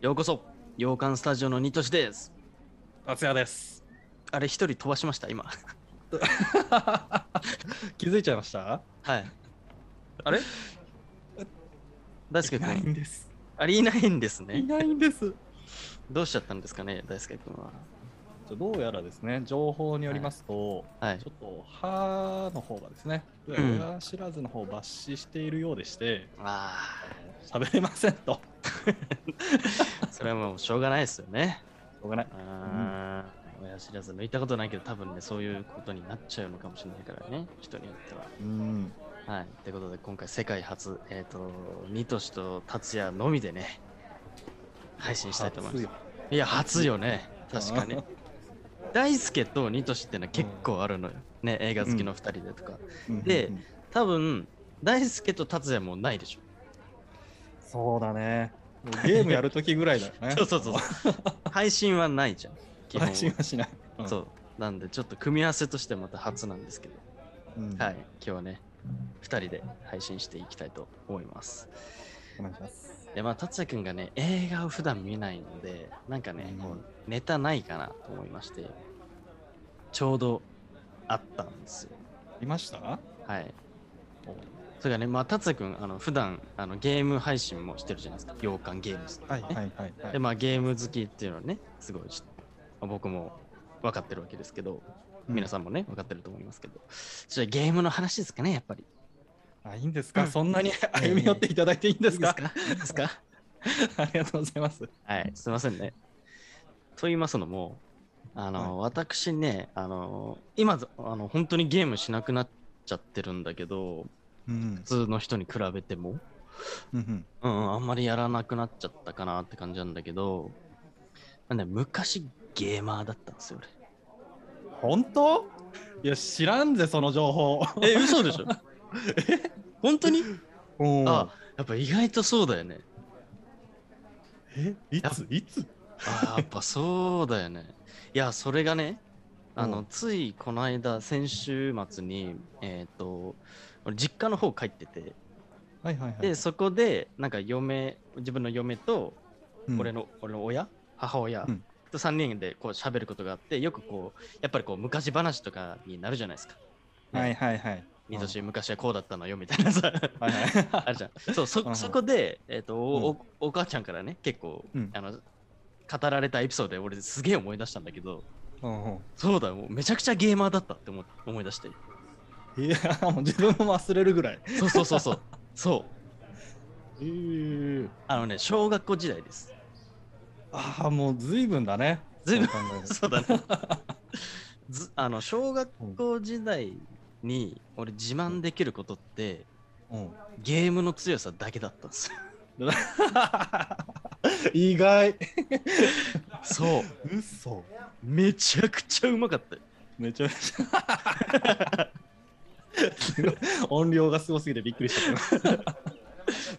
ようこそ洋館スタジオのニトシです達也です。あれ一人飛ばしました今 気づいちゃいましたはいあれ大輔君んです。あれいないんですいねないんです。どうしちゃったんですかね大輔君はどうやらですね、情報によりますと、はいちょっと歯の方がですね、どうやら親知らずの方を抜歯しているようでして、あ喋れませんと。しあそれはもうしょうがないですよねょうがない。あー親知らず抜いたことないけど多分ねそういうことになっちゃうのかもしれないからね人によってはうん。はい。ということで、今回世界初、えっ、と、ニトシと達也のみでね、配信したいと思います。いや、初よね。確かに。大輔とニトシってのは結構あるのよ。ね、映画好きの2人でとか。うんでうん多分、大輔と達也もないでしょ。そうだね。ゲームやるときぐらいだよね。 そうそうそう そう。配信はないじゃん。基本配信はしない。うんそう。なんで、ちょっと組み合わせとしてまた初なんですけど。うんはい。今日はね、2人で配信していきたいと思います。お願いします。でまあ達也君がね映画を普段見ないのでなんかね、うんこうネタないかなと思いましてちょうどあったんですよいましたはいそれがねまあ達也君あの普段あのゲーム配信もしてるじゃないですか洋館ゲームズはいはいはいはい。でまあゲーム好きっていうのはねすごいちょっとまあ僕も分かってるわけですけど皆さんもね分かってると思いますけどじゃあゲームの話ですかねやっぱりあ、いいんですうかんそんなに歩み寄っていただいていいんですかいいですか ありがとうございます。はい、すいませんね。と言いますのも、あの、私ね、あの、今、あの、本当にゲームしなくなっちゃってるんだけど、うん普。通の人に比べても、ううんんうん、あんまりやらなくなっちゃったかなって感じなんだけど、なんで昔ゲーマーだったんですよ、本当いや、知らんぜ、その情報。俺。え、嘘でしょ本当にうんあ、やっぱ意外とそうだよね。え、いついつあーやっぱそうだよね。いや、それがね、あの、うんついこの間、先週末に、えっ、と、俺実家の方帰ってて、はいはいはい。で、そこで、なんか嫁、自分の嫁と、うん俺、の、俺の親、母親、うんと3人でこう喋ることがあって、よくこう、やっぱりこう、昔話とかになるじゃないですか。はいはいはい。みとし、昔はこうだったのよ、みたいなさ。うんはいはあるじゃん。そう、うんうそ、んそこで、えっ、と、お、おお母ちゃんからね、結構、 うんあの、語られたエピソードで俺すげえ思い出したんだけど、い。うんうんそうだ、もうめちゃくちゃゲーマーだったって思思い出して。いや、もう自分も忘れるぐらい。そうそうそう そう。そう。えー、あのね、小学校時代です。ああ、もう随分だね。ずいぶんそう考える そとうだね。ずあの、小学校時代に俺自慢できることって、うんゲームの強さだけだったんですよ。 意外。そう。嘘。めちゃくちゃうまかったよ。めちゃめちゃ。すごい音量がすごすぎてびっくりした。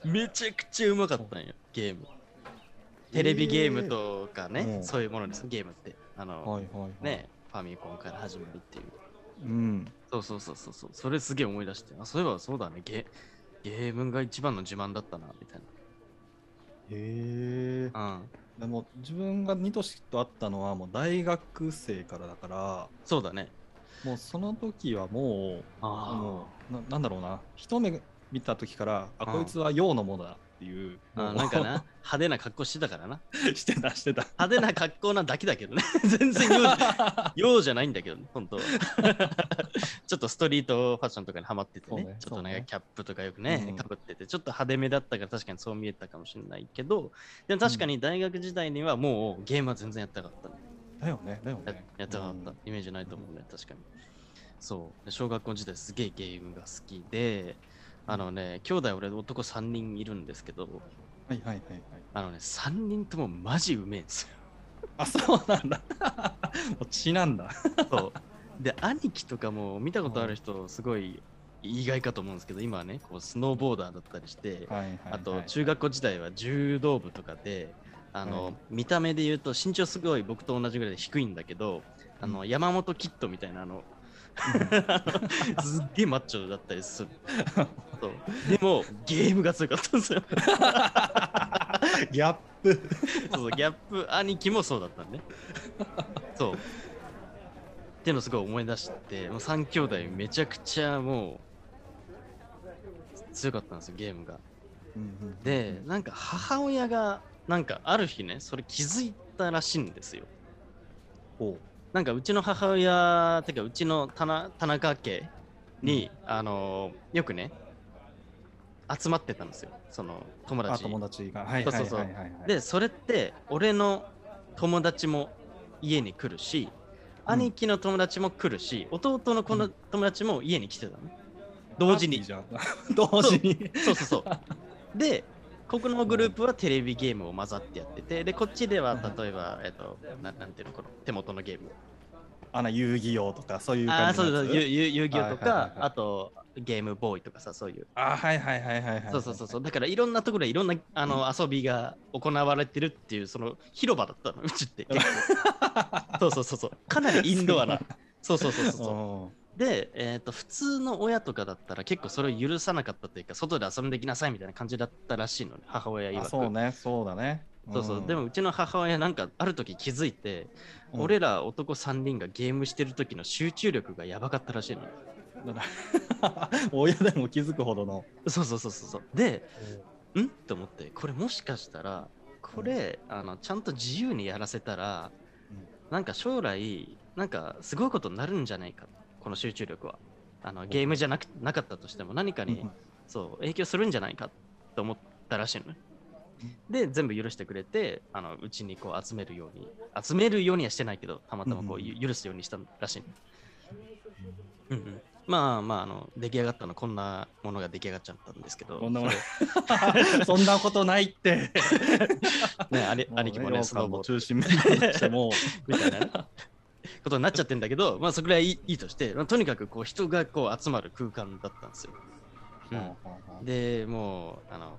めちゃくちゃうまかったんよ、ゲーム。テレビゲームとかね、うんそういうものです、ゲームって。あの、はいはいはい。。ね、ファミコンから始まりっていう。うん。そうそうそうそうそう。それすげえ思い出して。あ、そういえばそうだね。ゲゲームが一番の自慢だったな、みたいへえ。な。うん。でも自分がニトシと会ったのはもう大学生からだから、そうだね。もうその時はもう、ああのななんだろうな、一目見た時から、あ、うんこいつは陽のものだっていう、あ。あもう なんかな、、派手な格好してたからな。してた、して た。派手な格好なだけだけどね。 全然用じゃ用じゃないんだけどね、本 当はちょっとストリートファッションとかにハマっててね。そうねちょっとなんそうかねキャップとかよくね、うんかぶってて、ちょっと派手めだったから確かにそう見えたかもしれないけど、でも確かに大学時代にはもうゲームは全然やったかったね。だよね、だよやね。やってなかっうたん。イメージないと思うね、確かに。そう。で小学校時代すげえゲームが好きで、あのね、兄弟俺男3人いるんですけど、はいはいはいはい。あのね、3人ともマジうめえんですあ、そうなんだ。 もう血なんだ。よ。 そう。で、兄貴とかも見たことある人、すごい意外かと思うんですけど、今はね、こうスノーボーダーだったりして、はいはいはい。あと中学校時代は柔道部とかで、あの、見た目で言うと身長すごい僕と同じぐらいで低いんだけど、あの、う山本キッドみたいなあの、 すっげえマッチョだったりする。そうでも、ゲームが強かったんですよ。うんギャッ そうそうギャップ兄貴もそうだったんで、ね、そうっていうのをすごい思い出してもう3兄弟めちゃくちゃもう強かったんですよゲームがでなんか母親がなんかある日ねそれ気づいたらしいんですよおうなんかうちの母親てかうちの田な田中家に、あのーよくね集まってたんですよその友あ達友達がはいはいはいはいはいでそれって俺の友達も家に来るしうん兄貴の友達も来るし、弟のこうのん友達も家に来てたの、同時いいにじゃん同時にそうそうそ うでここのグループはテレビゲームを混ざってやっててでこっちでは例えば、えっとななんていうのこの手元のゲームあの遊戯王とかそういうあ感あじそうそう遊う遊遊戯王とか、はいはいはいはいあとゲームボーイとかさそういう、あはいはいはいはいはいそうそうそうそうだからいろんなところでいろんなあの遊びが行われてるっていうその広場だったのうちっ て結構そうそうそうそうかなりインドアなそうそうそうそうそうそで、えー、と普通の親とかだったら結構それを許さなかったというか外で遊んできなさいみたいな感じだったらしいのね母親う曰んあくそうねそうだねそうそう、んでもうちの母親なんかある時気づいて、うん俺ら男3人がゲームしてる時の集中力がやばかったらしいのねだから 親でも気づくほどのそうそうそうそうそうでんと思ってこれもしかしたらこれ、あのちゃんと自由にやらせたら、うんなんか将来なんかすごいことになるんじゃないかこの集中力はあのゲームじゃなくなかったとしても何かに、うんそう影響するんじゃないかと思ったらしいのねで全部許してくれてあのうちにこう集めるように集めるようにはしてないけどたまたまこううんうんゆ許すようにしたらしいの、うんうんまあまああの出来上がったのこんなものが出来上がっちゃったんですけどこんなもそれ そんなことないって。ね、あれ 兄貴もね、スノそボのー中心メンバーとしてもう、みたいなね ことになっちゃってんだけど、まあそこらいいいいとして、まあとにかくこう人がこう集まる空間だったんですよ。うんで、もう、あの、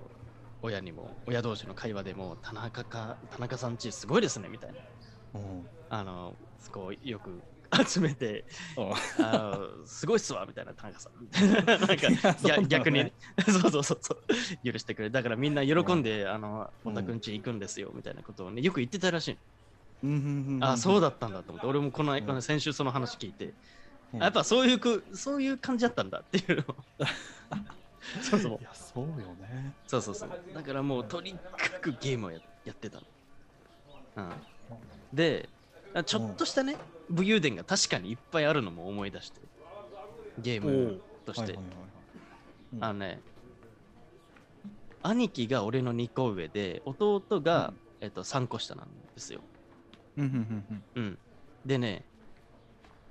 親にも、親同士の会話でもう、田中か、田中さんちすごいですね、みたいな。うんあの、こう、よく集めて、あの、すごいっすわ、みたいな、田中さん。 なんか、いやそんな逆のね逆にね、 そうそうそうそう、許してくれ。だからみんな喜んで、あの、おたくんち行くんですよ、みたいなことをね、よく言ってたらしいの。うんうんうんあそうだ。だったんだと思って俺もこの間、うん先週その話聞いて、うんあやっ、ぱそういうくそういう感じだったんだっていうのをそうそういや、 そうよね。そうそうそうだからもうとにかくゲームをややってたの、うん、であちょっとしたね、武勇伝が確かにいっぱいあるのも思い出してゲームとして、はいはいはいあのね兄貴が俺の2個上で弟が、うんえっと、3個下なんですよ、うんうんうんうんうん、でね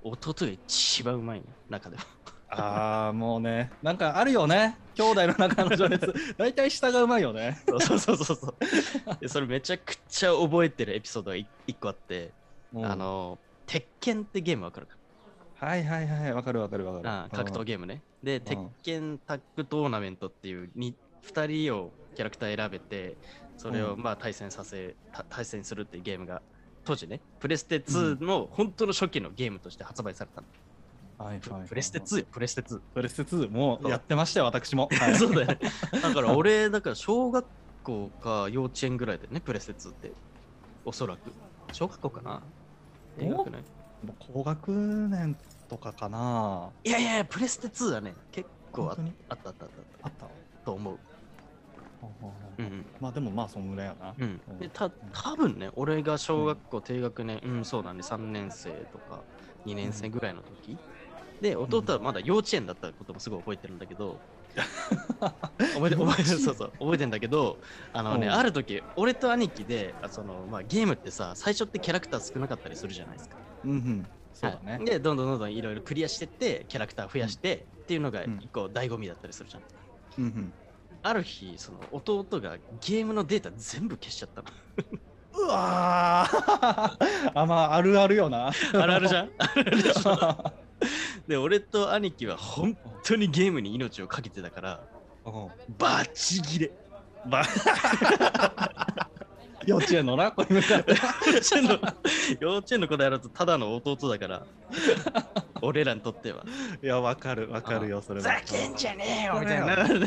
弟が一番うまいの中 でもああ、もうね、なんかあるよね。兄弟の中の 情熱。大体下がうまいよね。そうそうそうそう。 でそれめちゃくちゃ覚えてるエピソードがい一個あって、うんあ、の、鉄拳ってゲームわかるかはいはいはい、わかるわかるわかる。な、あ格闘ゲゲームね。で、鉄拳タッグトーナメントっていう 2, 人をキャラクター選べて、それをうんまあ対戦させ、た対戦するっていうゲームが、当時ね、プレステ2の本当の初期のゲームとして発売されたの。ーム。はいはいはいプレステ2よ、プレステ2。プレステ2、もうやってましたよ、私も。はいそうだ よね。だから俺、だから小学校か幼稚園ぐらいだよね、プレステ2って。おそらく。小学校かなお大学ね。もう高学年とかかな。いやいやいや、プレステ2はね、結構あ本当にあったあったあったあったと思う。うんうん。まあでもまあそんぐらいやな。うんうんでた多分ね、俺が小学校低学年、うん、そうだね、3年生とか2年生ぐらいの時、で、弟はまだ幼稚園だったこともすごい覚えてるんだけ ど、覚えて、幼覚稚えて、園そうそう、覚えてんだけど、あのね、うんある時、俺と兄貴で、あその、まあ、ゲームってさ、最初ってキャラクター少なかったりするじゃないですか。うんうん。そうだはいね。で、どんどんどんどんいろいろクリアしてって、キャラクター増やして、っていうのが一個醍醐味だったりするじゃん。うんうん。ある日、その弟がゲームのデータ全部消しちゃ ったの。うわー あまああるあるよな。あるあるじゃん ゃで、俺と兄貴は本当にゲームに命をかけてたから、バチギ レ。ば幼稚園のな、これ向かって。幼稚園の幼稚園の子だやるとただの弟だから、俺らにとっては。いや、わかるわかるよ、それは。んじゃねえよみたいなな。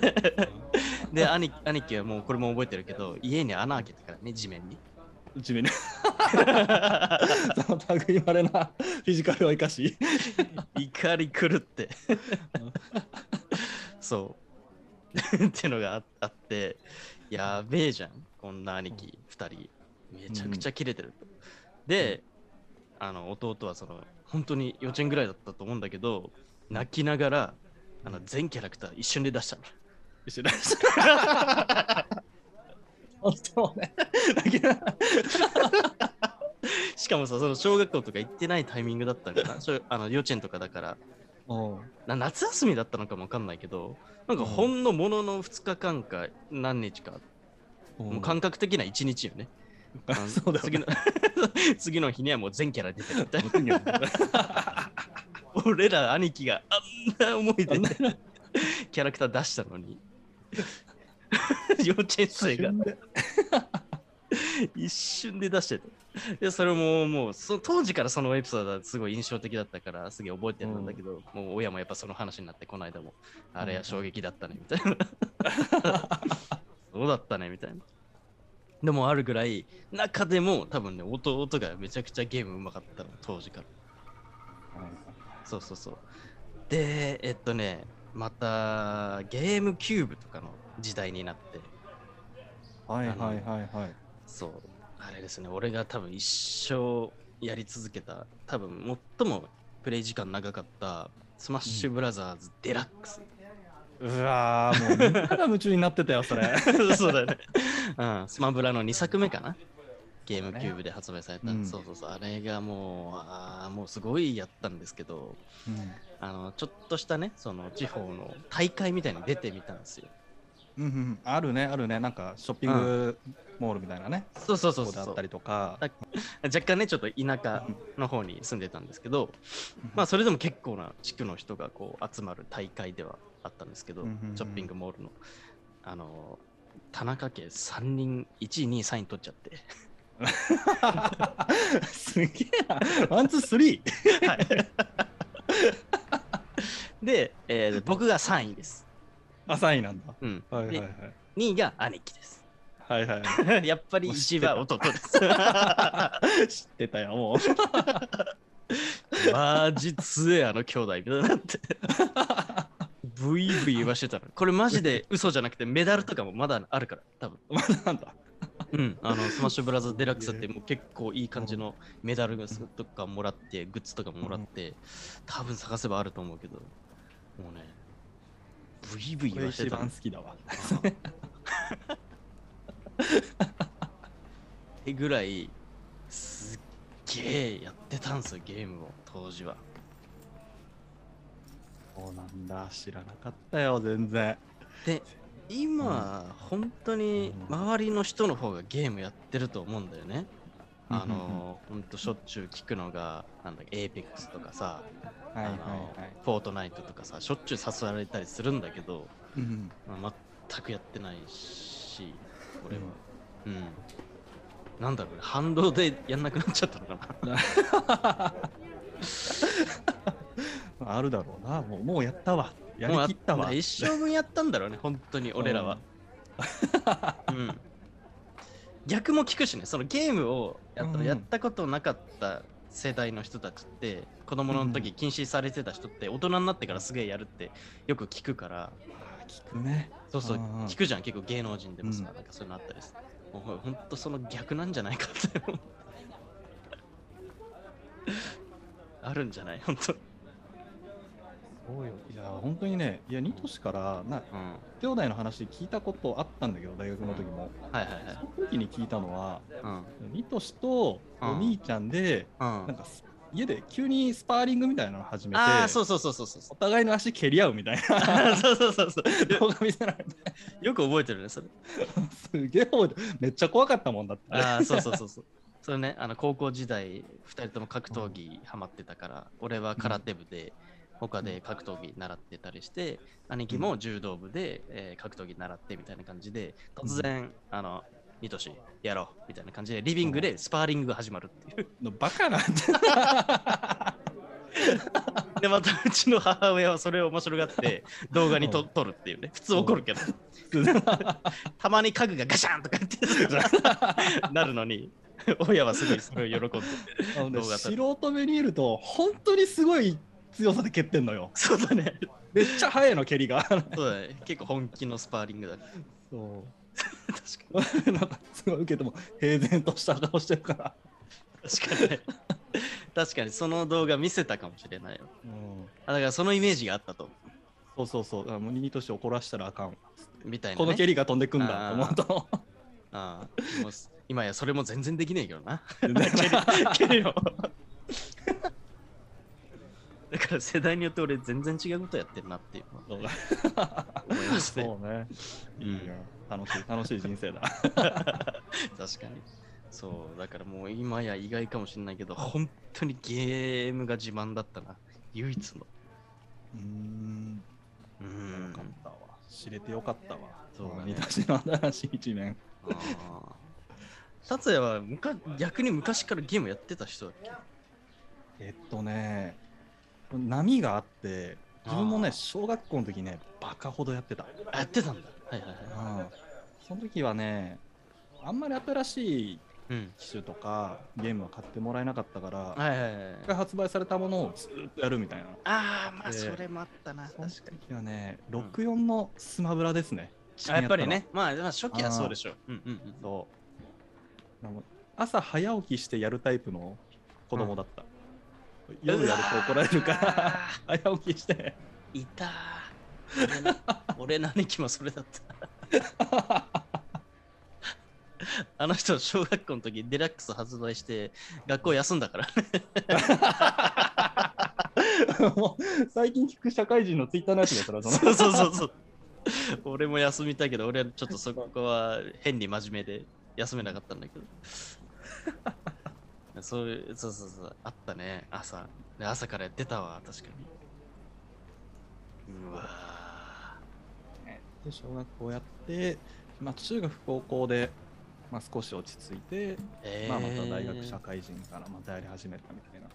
で、兄兄貴はもうこれも覚えてるけど、家に穴開けてからね、地面に。地 面に。その類いまれなフィジカルを生かし。怒り狂って。そう。ってのがああって、やべえじゃん、こんな兄貴2人。めちゃくちゃキレてると。で、あの弟はその、本当に幼稚園ぐらいだったと思うんだけど、泣きながら、あの全キャラクター一瞬で出 したの。一緒に出した。本当ね。だけどしかもさ、その小学校とか行ってないタイミングだったのかな。そうあの幼稚園とかだから、な夏休みだったのかもわかんないけど、なんかほんのものの2日間か何日か、もう感覚的な1日よね。あ のそうだよ次ねの次の日にはもう全キャラ出てるみたいな。俺ら兄貴があんな思いでね、キャラクター出したのに。 幼稚園生が 一瞬で出してた。で、それももうそ、当時からそのエピソードはすごい印象的だったから、すげえ覚えてるんだけど、もう親もやっぱその話になって、この間も、あれは衝撃だったね、みた いな。そうだったね、みたいな。でもあるぐらい、中でも多分ね、弟がめちゃくちゃゲームうまかったの、当時から。そうそうそう。で、えっとね、またゲームキューブとかの時代になって、はいはいはいはい。そう、あれですね、俺が多分一生やり続けた、多分最もプレイ時間長かった、スマッシュブラザーズデラックス。うわー、もうみんなが夢中になってたよ、それ。 そうだね。うん、スマブラの2作目かな。ゲームキューブで発売された。うんそうそうそう、あれがもう、あーもうすごいやったんですけど、あの、ちょっとしたね、その地方の大会みたいに出てみたんですよ。うんうんあるね、あるね。なんかショッピングモールみたいなね。そうそうそそうこでそあうそっうた。りとか。 若干ねちょっと田舎の方に住んでたんですけど、まあそれでも結構な地区の人がこう集まる大会ではあったんですけど、うんうんうんショッピングモールのあの田中家3人1位2位3位取っちゃって すげえな。ワン、ツー、スリー。で、えー僕が3位です、あ、3位なんだ。うんはいはいはでい。 2位が兄貴です はいはい。やっぱり1位は弟です 知ってたよ、もう。マジ強えあの兄弟みたいになってブイブイ言わしてたのこれマジで嘘じゃなくてメダルとかもまだあるから多分まなんだ。うん、あのスマッシュブラザーズデラックスってもう結構いい感じのメダルとかもらって、グッズとかももらって、多分探せばあると思うけど、もうね、ブイブイこ言れわして一たん番で好きだわ。すよ。 ってぐらい、すっげえやってたんですよ、ゲームを、当時は。そうなんだ。知らなかったよ、全然。で、今、本当にうん周りの人の方がゲームやってると思うんだよね。あうんうんうんのー、ほんとしょっちゅう聞くのが、なんだっけ、エーペックスとかさ、はいはいあのーフォートナイトとかさ、しょっちゅう誘われたりするんだけど、うんまあ全くやってないし、俺は。うん。なんだろうね、反動でやんなくなっちゃったのかな。うん。あるだろうな。もうもうやったわ。やりき ったもうあ。わ一生分やったんだろうね、本当に俺らは。うん。逆も聞くしね、そのゲームをやっうんやったことなかった世代の人たちって、子供の時禁止されてた人って、大人になってからすげえやるってよく聞くから、聞くね。そうそう、うんうん聞くじゃん、結構芸能人でもさ、うんなんかそういうのあったりする。もうほんとその逆なんじゃないかって思う。 あるんじゃない本当。そうよ。いや、本当にね、いや、ニトシから、な、うん。は兄弟の話聞いたことあったんだけど、大学の時も。いはいはい。その時に聞いたのは、うん。ニトシとお兄ちゃんで、うん、なんかす家で急にスパーリングみたいなの始めて、ああ、そうそうそうそう そう。お互いの足蹴り合うみたいあーなそうそうそうそうよ。動画見せられて、よく覚えてるね、それ。すげえ覚えてるめっちゃ怖かったもんだって。ああ、 そうそうそうそう。それね、あの高校時代、2人とも格闘技ハマってたから、俺は空手部で、他で格闘技習ってたりして、兄貴も柔道部で、えー格闘技習ってみたいな感じで、突然、あの、ニトシやろうみたいな感じで、リビングでスパーリングが始まるっていう。のバカなんて。 で、またうちの母親はそれを面白がって動画にと撮るっていうね。普通怒るけど、 たまに家具がガシャンとかって なるのに、親はすごいそれを喜んで。あのね動画撮る素人目に見ると本当にすごい強さで蹴ってんのよ そうだね。めっちゃ速いの蹴りがそうだね。結構本気のスパーリングだね。 そう なんかすごい受けても平然とした顔してるから、確かにね。確かにその動画見せたかもしれないよ。うん、あだからそのイメージがあったと思そうそうそうあもうニとして怒らしたらあかん、う。みたいな、ね。この蹴りが飛んでくんだと思うとああもうす今やそれも全然できねえけどな。全 然蹴るよ。だから世代によって俺全然違うことやってるなっていうのはそうだ思いますそうね。ねうんいいね楽しい楽しい人生だ確かに。そう、だからもう今や意外かもしれないけど、本当にゲームが自慢だったな。唯一の。うーんうよかっん。たわ知れてよかったわそうだねニとしての新しい一面ああ達也はむか逆に昔からゲームやってた人だっけえっとね、波があって、自分もあね、ー小学校の時ね、バカほどやってた。うんあやってたんだ。はいはいはい。その時はね、あんまり新しいうん。機種とかゲームは買ってもらえなかったから、はいはいはい。が発売されたものをずっとやるみたいな。ああ、まあでそれもあったな。確そかのに。時はね、64のスマブラですね。あやっぱりね、まあ、まあ初期はそうでしょう。うんうんうん。そう。でも朝早起きしてやるタイプの子供だった。夜やると怒られるから、ら。早起きして。いたー。俺の俺の兄貴もそれだった。 あの人、小学校の時デラックス発売して、学校休んだからね。 もう最近聞く社会人のツイッターのやつだから、そのそうそうそうそう。俺も休みたいけど、俺はちょっとそこは変に真面目で休めなかったんだけ ど。そういう、そうそうそう、あったね、朝。で朝からやってたわ、確かに。うわー。 で小学校やって、まあ、中学高校で、まあ、少し落ち着いて、えまあ、また大学社会人からまたやり始めたみたいな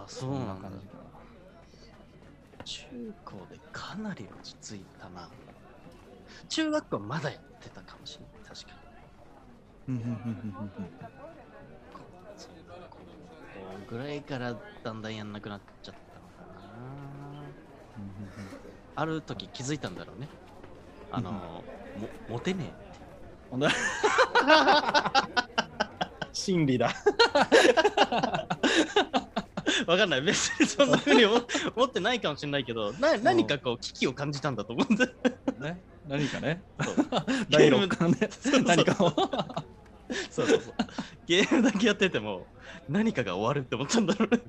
あそうなんだ感じか中高でかなり落ち着いたな中学校はまだやってたかもしれない確かになうんうんうんうんうんそう高校ぐらいからだんだんやんなくなっちゃったのかなある時気づいたんだろうねあの、うんもモテねえほんで 心理だわかんない別にそんなふうに思思ってないかもしれないけどな何かこう危機を感じたんだと思うんだね何かねそう 第6巻 でそうそう何かをそうそうそう。ゲームだけやってても何かが終わるって思ったんだろう ね。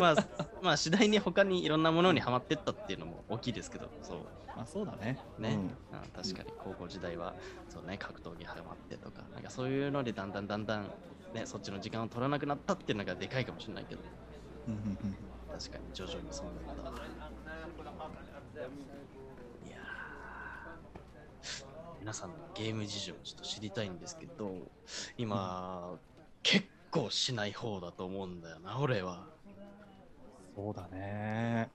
まあ、まあ次第に他にいろんなものにはまってったっていうのも大きいですけど、そうまあそうだねね、うんうん確かに高校時代はそうね格闘技ハマってとか、なんかそういうのでだんだんだんだんねそっちの時間を取らなくなったっていうのがでかいかもしれないけど、うんうんうん確かに徐々にそうなった。いやー皆さんのゲーム事情もちょっと知りたいんですけど、今、結構しない方だと思うんだよな、俺は。そうだね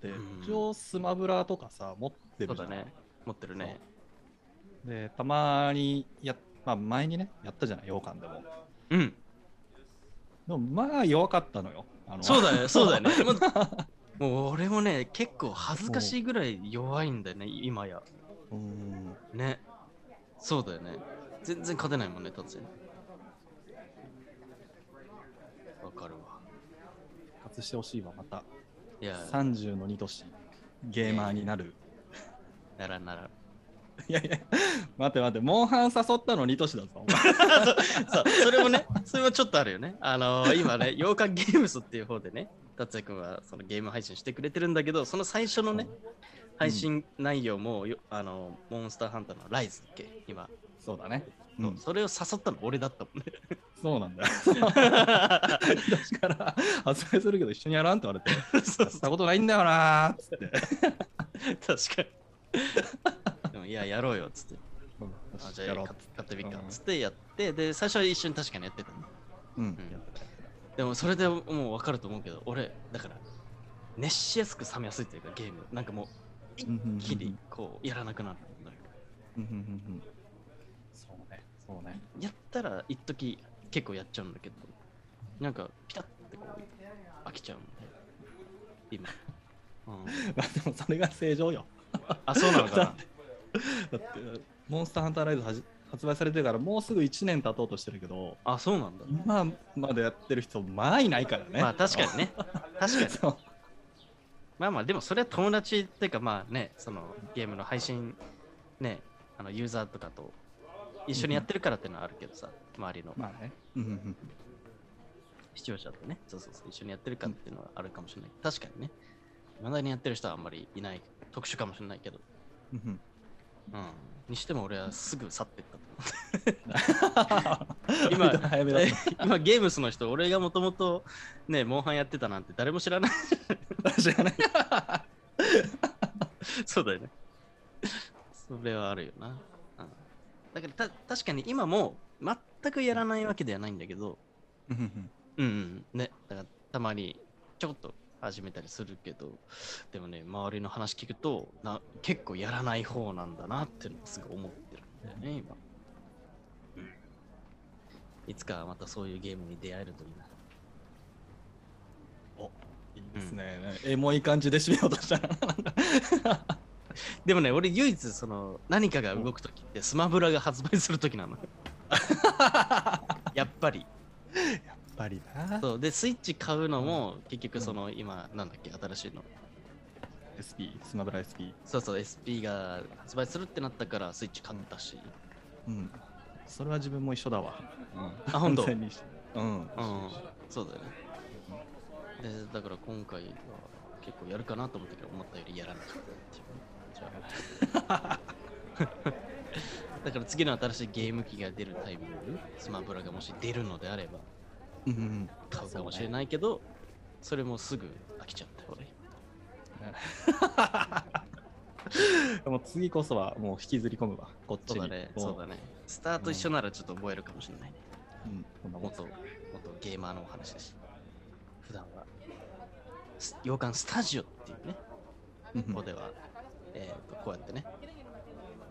でうん一応スマブラとかさ持ってそるうじゃだんね。持ってるね。でたまにやっ、まあ、前にねやったじゃない羊羹でもうん。でもまあ弱かったのよあのそうだだ よ、そうだよね。もうもう俺もね、結構恥ずかしいぐらい弱いんだよね、今や。うんね。そうだよね。全然勝てないもんね、達也。わかるわ。復活してほしいわまたいや、 30の2年ゲーマーになる、ならなら。いやいや待って待ってモンハン誘ったの2年だぞお前そう、それもね、 それもちょっとあるよね。あのー今 ね、8日ゲームスっていう方でね、達也君はそのゲーム配信してくれてるんだけど、その最初のね、配信内容もよ、あのーモンスターハンターのライズだっけ、今、そうだね、う、そうんそれを誘ったの俺だったもん ね。そうなんだよ私から発売するけど一緒にやらんって 言われてそうやったことないんだよなーっつって確 かに。でもいや、やろ うよっつって。あじゃあ、やろ買うって買ってみっかっつってやって、で、最初は一緒に確かにやってたね。うんうんやったやったでもそれでもう分かると思うけど、俺、だから、熱しやすく冷めやすいっていうか、ゲーム、なんかもう、うんきりこう、やらなくなるんだよ。うんうんうんうんそうねそうねやったら、一時結構やっちゃうんだけど、なんか、ピタってこう、飽きちゃうんで、 今。うん、 まあでもそれが正常よあ、そうなのかだなっ。てだってモンスターハンターライズはじ発売されてからもうすぐ1年経とうとしてるけどあ、そうなんだ。今までやってる人まあいないからねまあ、確かにね。確かに。そうまあまあ、でもそれは友達っていうか、まあね、そのゲームの配信、ね、あのユーザーとかと一緒にやってるからっていうのはあるけどさ、周りのまあねうんうんうん視聴者とね、そうそうそう、一緒にやってるかっていうのはあるかもしれない。確かにね、未だにやってる人はあんまりいない、特殊かもしれないけど、うんうんうん。にしても俺はすぐ去ってったと思 今早めだっう。 今、ゲームスの人、俺がもともとね、モンハンやってたなんて誰も知らない。た確かに そうだよね。それはあるよな。うん、だからた確かに今も全くやらないわけではないんだけど、うんうんうん、うん、ね、だからたまにちょこっと始めたりするけど、でもね、周りの話聞くとな、結構やらない方なんだなっていうのをすごい思ってるんだよね、今。うんいつかまたそういうゲームに出会えるといいな。いいですね、エモい感じで締めようとしたらでもね、俺唯一その何かが動くときってスマブラが発売するときなの。 やっぱり。やっぱりなそうでスイッチ買うのも結局その今なんだっけ新しいの SP スマブラ SP そうそう SP が発売するってなったからスイッチ買ったしうんそれは自分も一緒だわ、うん、あほんと完全に一緒うんうんそうだよねでだから今回は結構やるかなと思ったけど思ったよりやらなかったっていうじゃ あだから次の新しいゲーム機が出るタイミングスマブラがもし出るのであればうんうん買うかもしれないけどそれもすぐ飽きちゃった俺でも次こそはもう引きずり込むわこっそちうにだねもそうだねスタート一緒ならちょっと覚えるかもしれないうんこんなもん元元ゲーマーのお話です。普段は、す洋館スタジオっていうね、うんここでは、えーとこうやってね、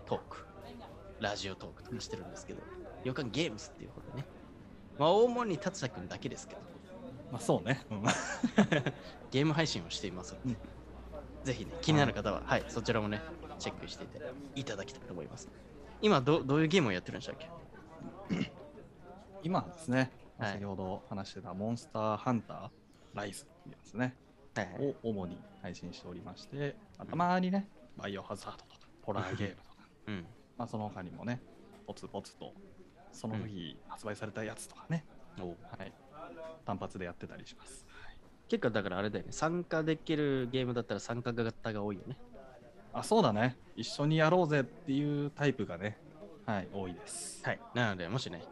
トーク、ラジオトークとかしてるんですけど、洋館ゲームスっていう方でね、まあ、主に達也くんだけですけど、まあそうね、うん ゲーム配信をしていますので、ぜひね、気になる方は、はい、そちらもね、チェックしていただきたいと思います。今ど、どういうゲームをやってるんでしたっけ今はですね、はい先ほど話してたモンスターハンターライズっていうやつね、はい、を主に配信しておりまして、まあたまにね、バイオハザードとか、ホラーゲームとか、うん。まあその他にもね、ポツポツと、その時発売されたやつとかね、おはい、単発でやってたりします。結構だからあれだよね、参加できるゲームだったら参加型が多いよね。あ、そうだね、一緒にやろうぜっていうタイプがね、はい、多いです。はい。なので、もしね、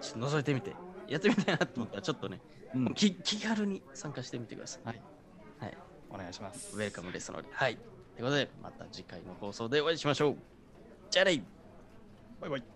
ちょっと覗いてみて、やってみたいなと思ったら、ちょっとね、うん、気気軽に参加してみてください。はい、はい。お願いします。ウェルカムですので。はい。ということで、また次回の放送でお会いしましょう。じゃあねバイバイ。